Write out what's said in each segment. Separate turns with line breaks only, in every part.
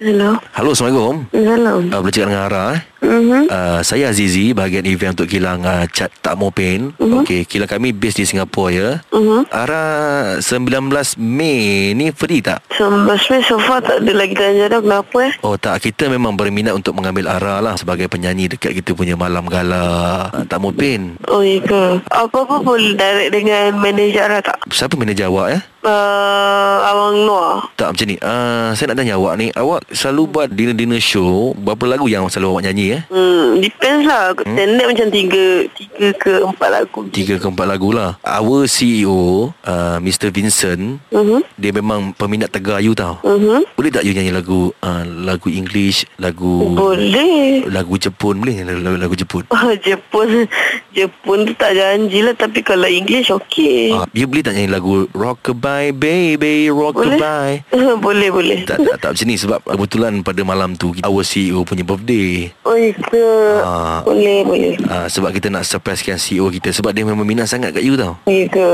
Hello.
Halo, Assalamualaikum.
Hello.
Uh, boleh cakap dengan Ara eh?
Mhm.
Uh, saya Azizi, bahagian event untuk kilang uh, Cat Tak Mau Pain.
Mhm.
Okey, kilang kami based di Singapura ya.
Mhm.
Ara 19 Mei ni free tak?
So, Basmi so far tak ada lagi tanya dah kenapa eh?
Oh tak, kita memang berminat untuk mengambil Ara lah sebagai penyanyi dekat kita punya malam gala uh, Tak Mau Pain.
Oh, ya ke? Apa-apa boleh direct dengan manager lah tak?
Siapa manager awak ya?
Uh, Abang Noah.
Tak macam ni uh, Saya nak tanya awak ni Awak selalu buat dinner-dinner show Berapa lagu yang selalu awak nyanyi eh?
Hmm, depends lah. Standard macam tiga, tiga ke empat lah lagu.
Tiga ke empat lagu lah Our CEO uh, Mr. Vincent
Mhm.
Dia memang peminat tegar you tau
Mhm.
Boleh tak you nyanyi lagu uh, Lagu English Lagu
Boleh.
Lagu Jepun Boleh nyanyi lagu, lagu Jepun
Oh, Jepun Jepun tu tak janji lah Tapi kalau English okey
uh, You boleh tak nyanyi lagu Rockabye baby Rockabye
Boleh boleh
eh? tak, tak, tak macam ni Sebab kebetulan pada malam tu Our CEO punya birthday
Oh ya ke
Ah.
Boleh boleh
uh, Sebab kita nak kan surprisekan CEO E kita Sebab dia memang minat sangat kat you tau
Oh ya ke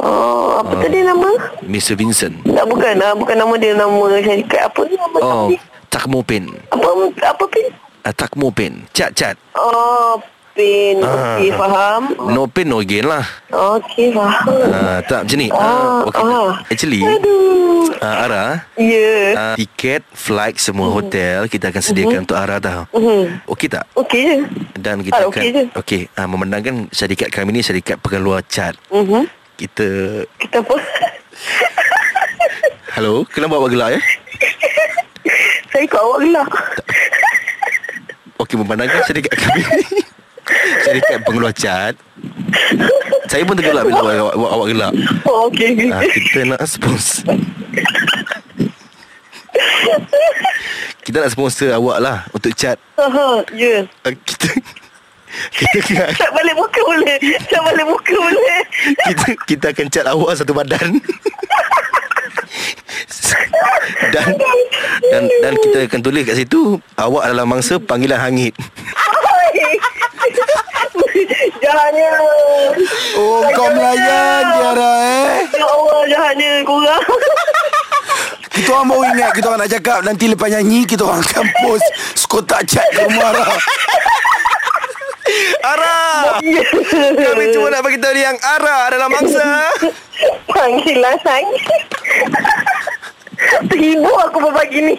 Oh apa tadi nama
Mr. Vincent
Tak bukan ah, Bukan nama dia Nama syarikat Apa ni nama
Oh
tadi?
Takmo Pen
Apa Apa pin
uh, Takmo Pen Cat cat
Oh Pin
Ah.
Okey faham
No pain no gain lah
Okey faham
uh, Tak macam ni
Ah,
uh, okay.
ah.
Actually
Aduh
uh, Ara
Ya
uh, Tiket, flight, semua
Mm-hmm.
hotel Kita akan sediakan untuk Ara tau
Mhm.
Okey tak?
Okey je
Dan
Mm-hmm.
kita
Ah,
akan
okey je.
Okey uh, Memandangkan syarikat kami ni Syarikat pengeluar cat
Mhm.
Kita
Kita apa
Hello Kenapa awak gelak ya?
Saya ikut awak gelap
Okey memandangkan syarikat kami ni Syarikat pengeluar cat Saya pun tergelak bila awak, awak, awak, awak gelak
Oh okey okey
Ah, kita nak sponsor Kita nak sponsor awak lah Untuk cat
Aha, ya.
Ah, Kita Kita akan
Cat balik muka boleh. Cat balik muka boleh.
kita, kita akan cat awak satu badan dan dan dan kita akan tulis kat situ awak adalah mangsa panggilan hangit
Hai. jahatnya.
Oh kau melayan Tiara eh
Ya Allah, jahatnya korang.
Kita orang baru ingat Kita orang nak cakap Nanti lepas nyanyi Kita orang akan post Sekotak cat ke rumah Ara
Ara kami cuma nak bagi tahu yang Ara adalah mangsa
lah, Panggilan saya. Terhibur aku pagi ni.